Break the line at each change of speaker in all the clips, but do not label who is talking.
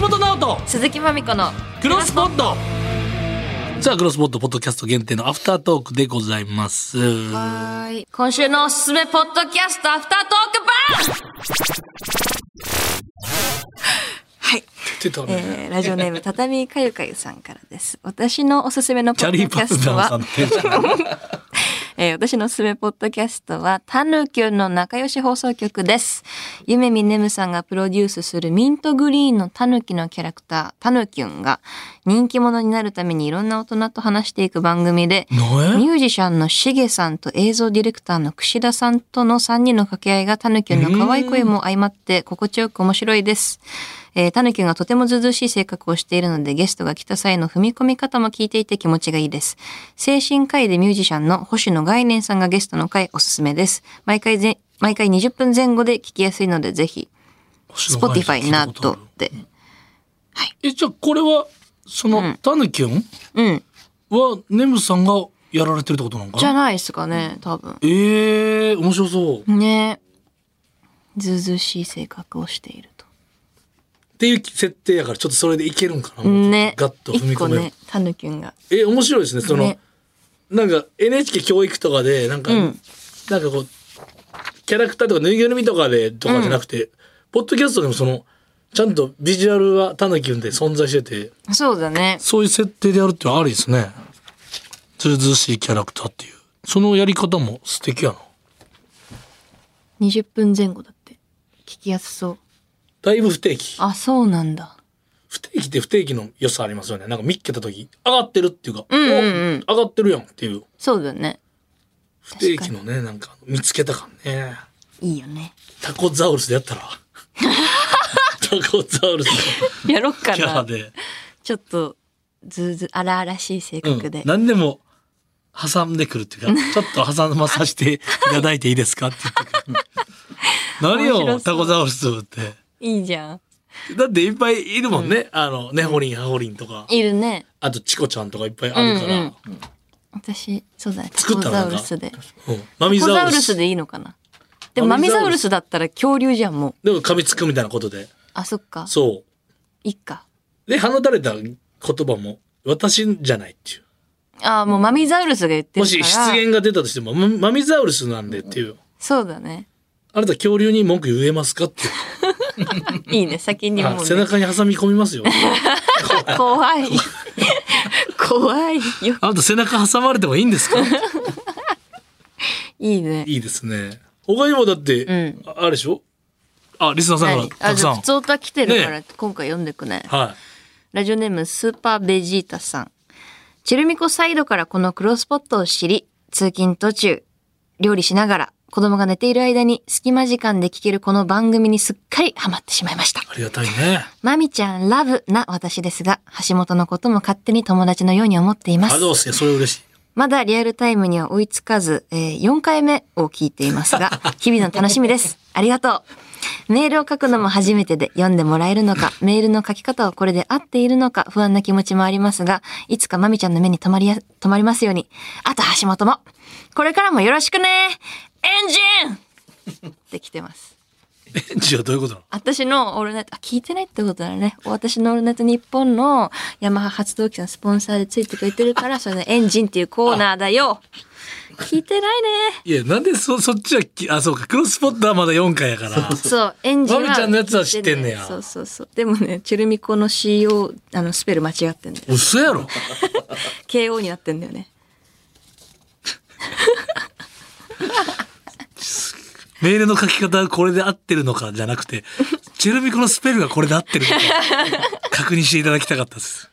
橋本直人
鈴木まみこの
クロスポットさあクロスポットポッドキャスト限定のアフタートークでございます
はい今週のおすすめポッドキャストアフタートーク版はい、
出てたね
えー、ラジオネーム畳かゆかゆさんからです私のおすすめのポ
チ
ッ
ャ
ド
リ
キ
ーパ
ャ
ス
ス
ダ
ト
ー
は
さんのテンション
えー私のおすすめポッドキャストは、タヌキュンの仲良し放送局です。ゆめみねむさんがプロデュースするミントグリーンのタヌキのキャラクター、タヌキュンが、人気者になるためにいろんな大人と話していく番組で、
何
ミュージシャンのしげさんと映像ディレクターの櫛田さんとの3人の掛け合いがタヌキュンの可愛い声も相まって心地よく面白いです。えー、タヌキュンがとてもずうずうしい性格をしているのでゲストが来た際の踏み込み方も聞いていて気持ちがいいです。精神科医でミュージシャンの星野概念さんがゲストの回おすすめです。毎回ぜ、毎回20分前後で聞きやすいのでぜひ、Spotify などって。
えじゃあこれはその、タヌキュン
うん。
はネムさんがやられてるってことなのかな
じゃないですかね、多分。
ええ面白そう。っ
ねずうずうしい性格をしていると。
ていう設定やから、ちょっとそれでいけるんかな。
ね。
ガッと踏み込め
一
る。
個ね、タヌキュンが。
え、面白いですね。その、
ね
なんか NHK 教育とかで、なんか、
うん
なんかこう、キャラクターとかぬいぐるみとかでとかじゃなくて、ポッドキャストでもその、ちゃんとビジュアルはタヌキュンで存在してて、
そうだね。
そういう設定でやるってのはありですね。ずうずうしいキャラクターっていう。そのやり方も素敵やな。
20分前後だって。聞きやすそう。
だいぶ不定期。
あ、そうなんだ。
不定期って不定期の良さありますよね。なんか見っけた時、上がってるっていうか、
うんうんうん
お上がってるやんっていう。
そうだね。
不定期のね、なんか見つけたからね。
いいよね。
タコザウルスでやった ら。タコザウルス
やろっ
の
か
キャラ
な。
で。
ちょっと、ずうず、荒々しい性
う
格
ん
で。。
何でも挟んでくるっていうか、 ちょっと挟まさせていただいていいですかって言って くる。何
面
よ、
白そう
タコザウルスって。
いいじゃん。
だっていっぱいいるもんね。あの、ネホリン、ハホリンとか。
いるね。
あと、チコちゃんとかいっぱいあるから。
うん私、そうだね。タ
作
コ
ったのな
ザ
ん
ウ
か
ルスで。タ
うんマミ
コ
ザ
ザ
ウ
ウ
ル
ル
ス
ス
で。
でいいのかな。でも、
マ
マ
ミ
ミ
ザウルス
ザウルスだったら恐竜じゃん、もう。
でも噛みつくみたいなことで。
あ、そっか。
そ
いっか。
う。で、放たれた言葉も、私じゃないっていう。
あ、もうマミザウルスが言って
も
るか
し
ら。
失言が出たとしても、ママミザウルスなんでっていう。
そうだね。
あなた恐竜に文句言えますかっていう。
いいね、先にもうね、
あ背中に挟み込み ますよ。
怖い。怖いよ。
あなた背中挟まれてもいいんですか
いいね。
いいですね。他にもだって、
うん
ああれでしょあ、リスナーさん
はい
からた
あ、
く
じゃ
さ
あ、
ん
普。通歌来てるから、
ね
今回読んでくね。
は
ラジオネーム、スーパーベジータさん。チェルミコサイドからこのクロスポットを知り、通勤途中、料理しながら、子供が寝ている間に隙間時間で聴けるこの番組にすっかりハマってしまいました。
い。ありがたいね。
まみちゃんラブな私ですが、橋本のことも勝手に友達のように思っていま
あ、
す。
どうすそれ嬉しい。
まだリアルタイムには追いつかず、えー4回目を聞いていますが、日々の楽しみです。ありがとう。メールを書くのも初めてで読んでもらえるのか、メールの書き方はこれで合っているのか不安な気持ちもありますが、いつかまみちゃんの目に留まりや、留まりますように。あと橋本も。これからもよろしくねエンジンって来てます。
エンジンはどういうことなの
私のオールナイト、あ、聞いてないってことだね。私のオールナイト日本のヤマハ発動機のスポンサーでついてくれてるから、それでエンジンっていうコーナーだよ。聞いてないね。
いや、なんでそ、そっちはき、あ、そうか、クロスポットはまだ4回やから。
そう、エンジンは。
まみちゃんのやつは知ってんねや
そうそうそう。でもね、チェルミコの CO、あの、スペル間違ってんだよ。
嘘やろ
KO になってんだよね。
メールの書き方はこれで合ってるのかじゃなくて、チェルミコのスペルがこれで合ってるの か、確認していただきたかったです。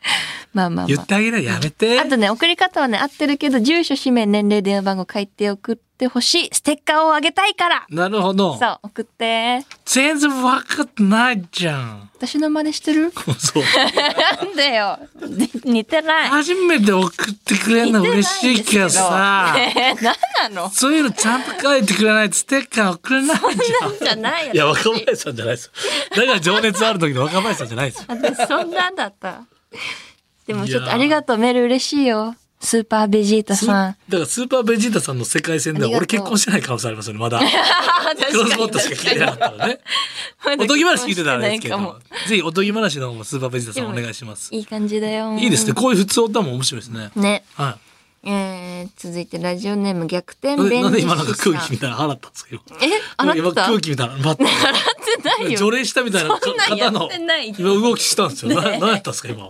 まあまあ
言
ま
ってあげない、やめて。
あ。あとね、送り方はね、合ってるけど、住所、氏名、年齢、電話番号書いて送ってほしい。ステッカーをあげたいから。
なるほど。
そう、送って。
全然分かってないじゃん。
私の真似してる
そう。
なんだよ。似てない。
初めて送ってくれるの嬉しいけどさ、
えー、何なの
そういうのちゃんと書いてくれないとステッカー送れないじゃん。
じゃないよ。
いや、若林さんじゃないですよ。だから情熱ある時の若林さんじゃないですよ。
私そんなんだった。でもちょっとありがとう、メール嬉しいよ。スーパーベジータ
スー
さん
だ。からスーパーベジータさんの世界戦では
ありがと
俺
う
結婚してない可能性ありますよねまだ
確かに
クロスボットしか聞いてなかったらね
まだ
おとぎ話聞いてたらあれですけ
聞か
ど
も
ぜひおとぎ話の方もスーパーベジータさんお願いします
いい感じだよ。
いいですね。こういう普通歌も面白いですね
ね。
は
えー、続いてラジオネーム逆転
いな
弁
なん
理
で
士
今なんか
さん
空気みたいなの払ったんですけど
え洗
今
った
空気みたいなの払 った
洗ってない
除
よ。
霊したみたいな
そんなんや
方
っ
の
てない
今動きしたんですよ。な何やったんですか今。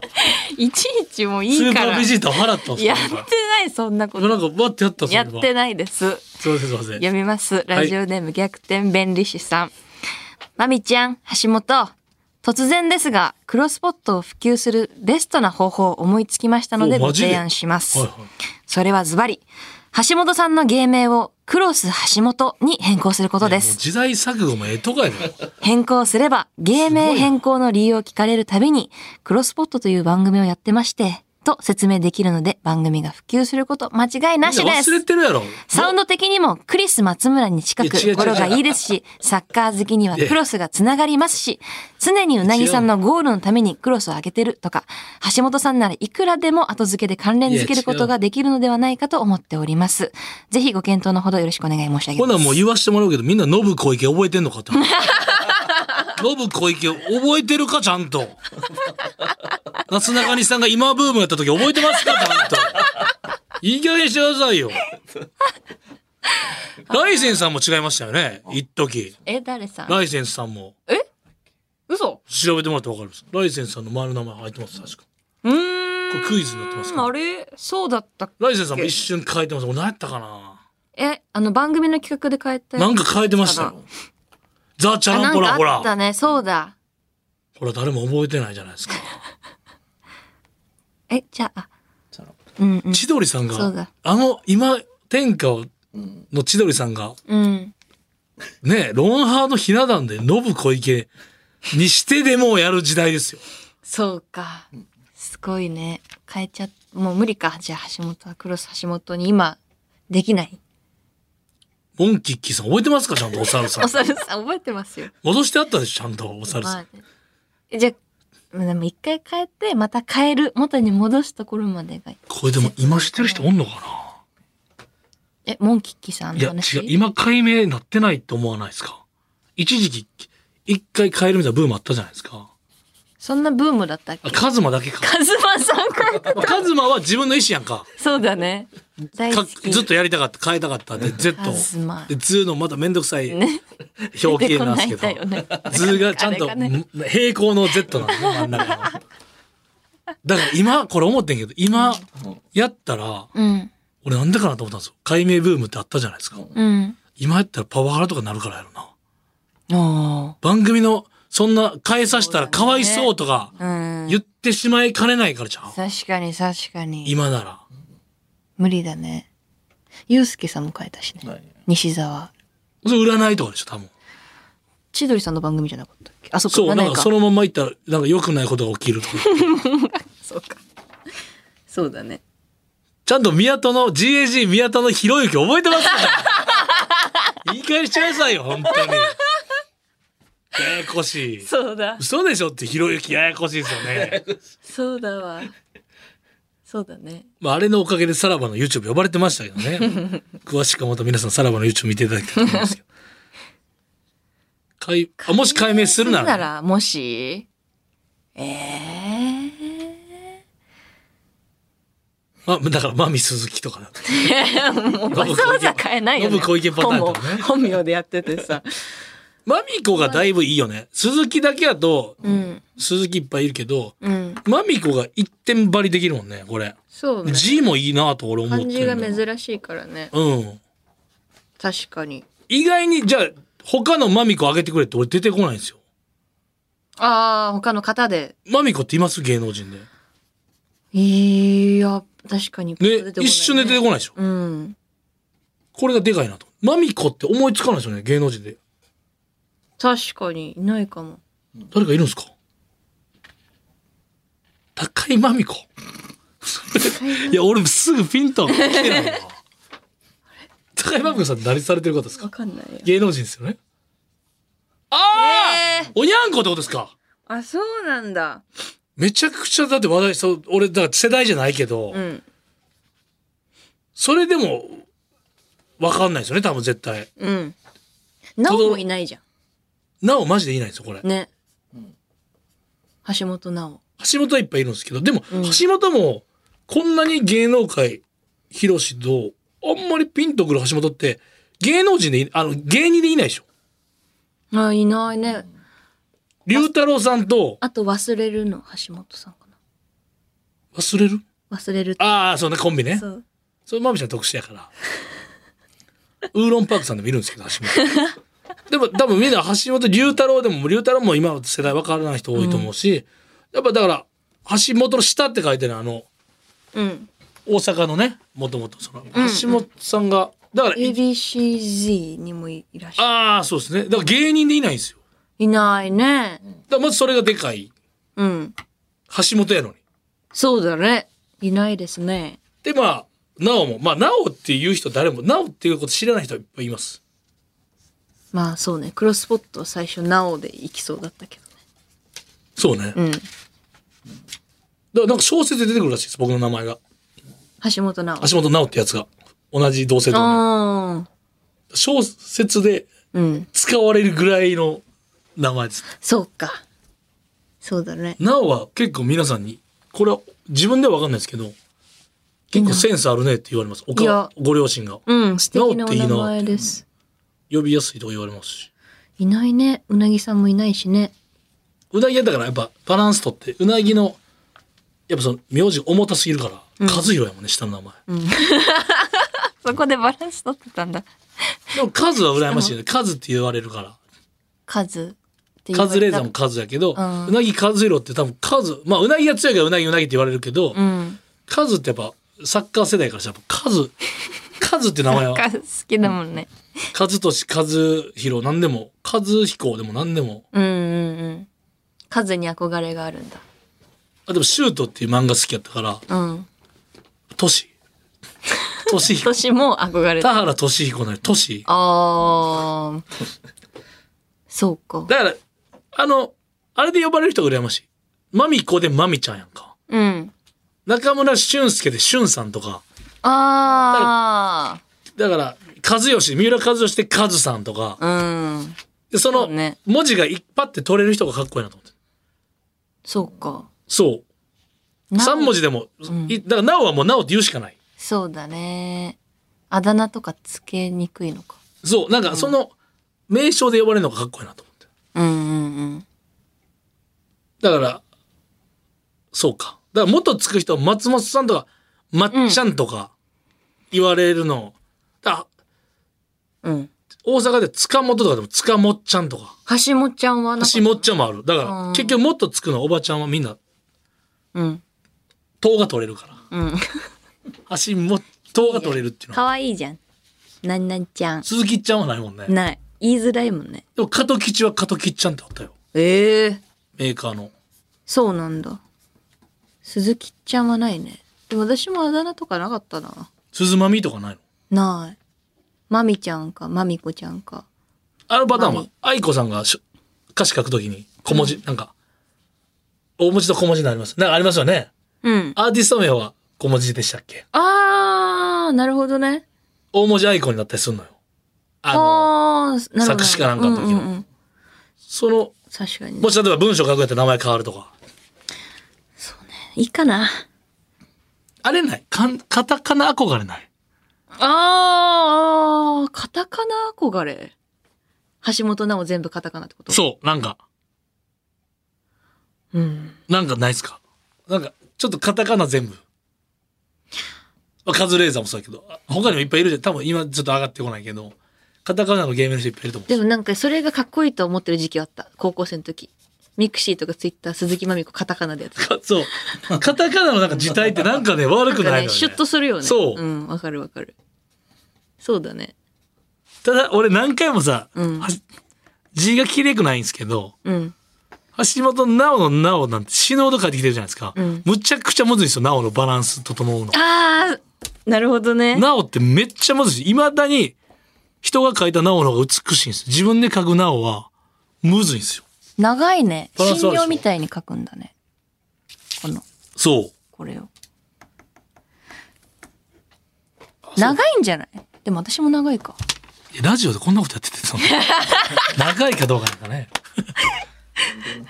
いちいちもうい
スー
い
パ
から。
ーベジータを払ったんです
や
よ
っ。て
今
ないそんなこ
今
と。
なんかバッてやったんです
や
よ。
っ
今
てないです。
すいませんすいません。
読みます。ラジオネーム逆転弁理士さん。まみちゃん、橋本。突然ですが、クロスポットを普及するベストな方法を思いつきましたので
お
ご
マジで
提案します。
はいはい
それはズバリ、橋本さんの芸名をクロス橋本に変更することで
もう
す。
時代錯誤もええとかやな。
変更すれば、芸名変更の理由を聞かれるたびに、クロスポットという番組をやってまして、と説明できるので、番組が普及すること間違いなし
みんな
です
忘。れてるやろ。
サウンド的にもクリス松村に近
いや違う違
く
う
ゴロがいいですし、サッカー好きにはクロスがつながりますし、常にうなぎさんのゴールのためにクロスを上げてるとか、橋本さんならいくらでも後付けで関連付けることができるのではないかと思っております。ぜひご検討のほどよろしくお願い申し上げ
ほ
ま
な
す。
もう言わしてもらうけどみんなノブ小池覚えてんのかって 話。ノブ小池覚えてるかちゃんと。なすなかにしさんが今ブームやった時覚えてますかちゃんと。いい加減にしてくださいよ。ライセンスさんも違いましたよね。一時。
え、誰さん
ライセンスさんも
嘘
調べてもらってわかります。ライセンスさんの前の名前入ってます確か。
うーん。
これクイズになってますから
あれそうだった。
ライセンスさんも一瞬変えてます。俺何やったかな。
え、あの番組の企画で変えた
なんか変えてましたよ。ザ・チャランポランほ
あ
ら
っ。たね。そうだ。
ほら誰も覚えてないじゃないですか。
え、じゃあ、うんうん。
千鳥さん
そうだ
が、あの、今、天下をの千鳥さんが、
うん。
ね、ロンハーのひな壇で、ノブ小池にしてでもやる時代ですよ。
そうか。すごいね。変えちゃっ、もう無理か。じゃあ橋本はクロス橋本に今、できない。
モンキッキーさん覚えてますかちゃんとお猿さん
お。猿さん覚えてますよ。
戻してあったでしょちゃんとお猿さ
ま
ん。
あねえじゃあ、でも一回変えて、また変える。元に戻すところまでが。
これでも今知ってる人おんのか
え、モンキッキさん
な
の
いや、違
話
う。今解明なってないと思わないですか一時期、一回変えるみたいなブームあったじゃないですか。
そんなブームだったっけ
あ、カズマだけか。
カズマさん変えた。
まあカズマは自分の意思やんか。
そうだね。大好
か
き。
ずっとやりたかった、変えたかった。で、Z
カ。ズマ。
で、図のまためんどくさい
ね。
表記なんですけ
出てこないん
ど、
だよね
図がちゃんと
あれがね
平行の Z なんですね、真ん中の。だから今、これ思ってんけど、今やったら、
うん。
俺なんでかなと思ったんですよ。解明ブームってあったじゃないですか。
うん。
今やったらパワハラとかなるからやろな。
お
番組の、そんな変えさせたらかわいそうとか
ー。うん。
言ってしまいかねないからじゃん。
確かに確かに。
今なら。
無理だね。ゆうすけさんも変えたしね。西澤。
それ占いとかでしょ、多分。
千鳥さんの番組じゃなかったっけあ、そっか。
そう、
占
ないんかそのまんまいったら、なんか良くないことが起きるとか。
そうか。そうだね。
ちゃんと宮田の、GAG 宮田のひろゆき覚えて ますか言い返しちゃいなさいよ、本当に。ややこしい。
そうだ。
嘘でしょってひろゆきややこしいですよね。
そうだわ。そうだね。
まあ、あれのおかげでさらばの YouTube 呼ばれてましたけどね。 詳しくはまた皆さんさらばの YouTube 見ていただきたいと思いますけど。かいあもし解明するならね、
もし、ええ
まあ、だからマミ鈴木とかだと
ー。わざわざ変えないよね。
ノブ小池パターンだもんね
本名本名でやっててさ。
マミ子がだいぶいいよね。鈴木だけだと、
うん。
鈴木いっぱいいるけど、
うん。
マミ子が一点張りできるもんね、これ。
そうね。
字もいいなと俺思って
漢
んの
字が珍しいからね。
うん
確かに。
意外にじゃあ他のマミコあげてくれって俺出てこないんですよ
ああ、他の方で。
マミコっています芸能人で
いや、確かに。
ね一瞬で出てこないでしょ
うん。
これがでかいなとマミコって思いつかないですよね芸能人で
確かに、いないかも。
誰かいるんですか高井マミコいや俺すぐピンとは来てないな高井マミコさんって何されてる方ですか
わかんないよ。
芸能人ですよねああ、
えー
おにゃんこってことですか
あ、そうなんだ。
めちゃくちゃだって話題そう俺だから世代じゃないけど、
うん。
それでも、わかんないですよね、多分絶対。
うん。なおもいないじゃ
なおマジでいないんですよ、これ。
ん。ね。橋本なお。
橋本はいっぱいいるんですけど、でも、
うん
橋本も、こんなに芸能界、ヒロシと、あんまりピンとくる橋本って、芸能人でい、あの、芸人でいないでしょ。
あ、いないね。
龍太郎さんと、
あと忘れるの橋本さんか
忘れる
な。忘れる。
ああ、そうね、コンビね。
そう。
それまみちゃん特殊やから。ウーロンパークさんでもいるんですけど、橋本。でも多分みんな橋本龍太郎でも、龍太郎も今の世代わからない人多いと思うし、やっぱだから、橋本の下って書いてるあの、
うん。
大阪のね、もともとその、橋本さんが、だから、
ABCZ にもいいらっしゃ
ああ、そうですね。だから芸人でいないんですよ。
い。いないね。
だからまずそれがでかい。
うん。
橋本やのに。
そうだね。いないですね。
で、まあ、なおも、まあ、なおっていう人誰も、なおっていうこと知らない人はいっぱいいます。
まあそうね。クロスポットは最初なおで行きそうだったけ
そうね。だか
どね。うん。
らなんか小説で出てくるらしいです、僕の名前が。
橋本なお。
橋本直ってやつが同じ同性と同
ああ。
じ小説で
うん。
使われるぐらいの名前です
そうか。そうだね。
なおは結構皆さんにこれは自分では分かんないですけど結構センスあるねって言われますお
い
か
や
ご両親が
うん。素敵な
なおっ
お
ていいな
名前です。
呼びやすいとか言われますし
いないね。うなぎさんもいないしね。
うなぎはだからやっぱバランスとってうなぎのやっぱその名字重たすぎるから、和弘やもんね下の名前、
そこでバランス取ってたんだ。
でもカズは羨ましいよねカズって言われるから
カズって言わ
カ
れた
ズレーザーもカズやけど、う
うん
なぎカズヒロって多分カズまあうなぎが強いからうなぎうなぎって言われるけど、
うん。
カズってやっぱサッカー世代からしたらやっぱカ ズカズって名前は
カズ好きだもんね。
カズとしカズヒロなんでもカズヒコでもなんでも
うんうんうん。カズに憧れがあるんだ。
あでもシュートっていう漫画好きやったから
うん。
トシ トシヒコ
私も憧れ
田
た。
原トシヒコなりトシ
あー。そうか。
だからあのあれで呼ばれる人が羨ましいマミコでマミちゃんやんか
うん。
中村俊介で俊さんとか
あ
だから和義三浦和義でカズさんとか
ー。うん。
でその
そうね
文字がいっぱって取れる人がかっこいいなと思って
そうか。
そう
な
三文字でも、いだからなおはもうなおって言うしかない。
そうだね。あだ名とかつけにくいのか。
そう、なんかその名称で呼ばれるのがかっこいいなと思って。
うんうんうん。
だから、そうか。だから元つく人は松本さんとか、まっちゃんとか言われるの。だ
うん。
大阪で塚本とかでも塚もっちゃんとか、
橋本ちゃんはなんか
橋もっちゃんもある。だか
う
ら
ん
結局もっとつくのはおばちゃんはみんな、
うん。
塔が取れるから。
うん。
橋も、塔が取れるっていうのは。
可愛いいじゃん。なんなんちゃん。
鈴木っちゃんはないもんね。で
ない。言いづらいもんね。
も加藤吉は加藤吉ちゃんってあったよ。
ええー。
メーカーの。
そうなんだ。鈴木ちゃんはないね。でも私もあだ名とかなかったな。
鈴まみとかないの
ない。まみちゃんか、まみこちゃんか。
あのパターンは
何、
愛子さんがしょ歌詞書くときに、小文字、なんか、大文字と小文字になります。なんかありますよね。
うん。
アーティスト名は小文字でしたっけ
あー、なるほどね。
大文字愛子になったりするのよ。あの、
あー、なるほ
作
ど。
詞かなんかの時の
うんうんうん
その、
確かにね
も。し例えば文章書くやったら名前変わるとか。
いいかな。
あれないかんカタカナ憧れない
あー、カタカナ憧れ。橋本奈緒全部カタカナってこと
そう、なんか、
う。うん。
なんかないっすかなんか、ちょっとカタカナ全部。まあカズレーザーもそうだけど、あ他にもいっぱいいるじゃん。多分今ちょっと上がってこないけど、カタカナのゲームの人いっぱいいると思う。
でもなんかそれがかっこいいと思ってる時期はあった。高校生の時。ミクシーとかツイッター、鈴木まみこカタカナでやってた。
かそう。カタカナのなんか字体ってなんかね、悪くなんい
なか
のよ、
ね、
ね。
シュッとするよね。
そう
うん、わかるわかる。そうだね。
ただ、俺何回もさ、
うん
は字が綺麗くないんですけど、
うん。
橋本直の直なんて死ぬほど書いてきてるじゃないですか。
うん
むちゃくちゃむずいんですよ、直のバランス整うの。
あー、なるほどね。
直ってめっちゃむずいし、未だに人が書いた直の方が美しいんです。自分で書く直はむずいんですよ。
長いね。
バランスあ
診
るでしょ
療みたいに書くんだね。この、
そう。
これを。長いんじゃないでも私も長いか。
いやラジオでこんなことやってて、そ の長いかどうかなんかね。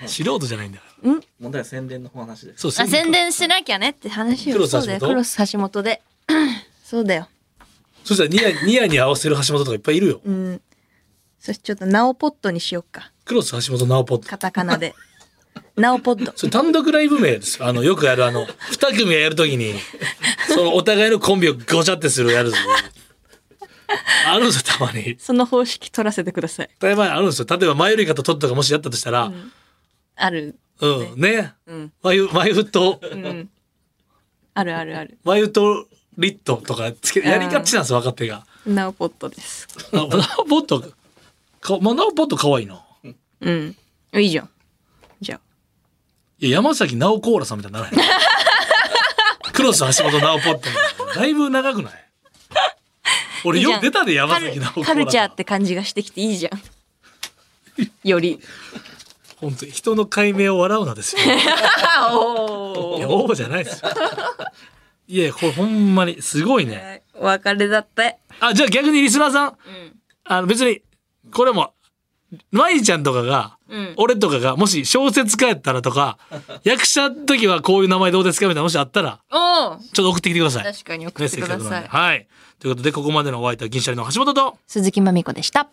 素人じゃないんだから。
問題は宣伝の話です。
そう
あ宣
か
伝しなきゃねって話
ク
を
ロス橋本
そうだよクロス橋本で そうだよ
そしたらニヤニヤに合わせる橋本とかいっぱいいるよ。
うんそしてちょっとナオポットにしよっか
クロス橋本ナオポッド。
カタカナ でナオポット
それ単独ライブ名ですよ。あの、よくやるあの、二組がやるときに、そのお互いのコンビをごちゃってするやるぞ。あるんですよ、たまに。
その方式取らせてください
例えばあるんですよ。例えば、前よりかとトットがもしやったとしたら、
ある
うん、ね。
うん
マユ、マユと、
うんあるあるある
マユとリットとかつけ、やりがちなんですよ、若手が。
ナオポットです
あ、ナオポット、か、まあ、ナオポット可愛いな。
うんいいじゃんじゃあ
いや、山崎ナオコーラさんみたいになら ない。クロス橋本ナオポットみたいな。だいぶ長くない俺
いいじ
よ
ゃん
く出たで山
カル
崎ナオコーラさ
カ
ん
ルチャーって感じがしてきていいじゃんより
本当に人の解明を笑うな ですよ。い
あお
や、おうじゃないですよ。いや、これほんまにすごいね。
お別れだって
あ、じゃあ逆にリスナーさん、あの別に、これも、まいちゃんとかが、
うん
俺とかが、もし小説家やったらとか、役者の時はこういう名前どうですかみたいなのもしあったら、
おお
ちょっと送ってきてください。
確かに送
メッ
って
セー
く
ジ来た
だ
ところな
さ
んで
い
はい。ということで、ここまでのお相手は銀シャリの橋本と、
鈴木まみこでした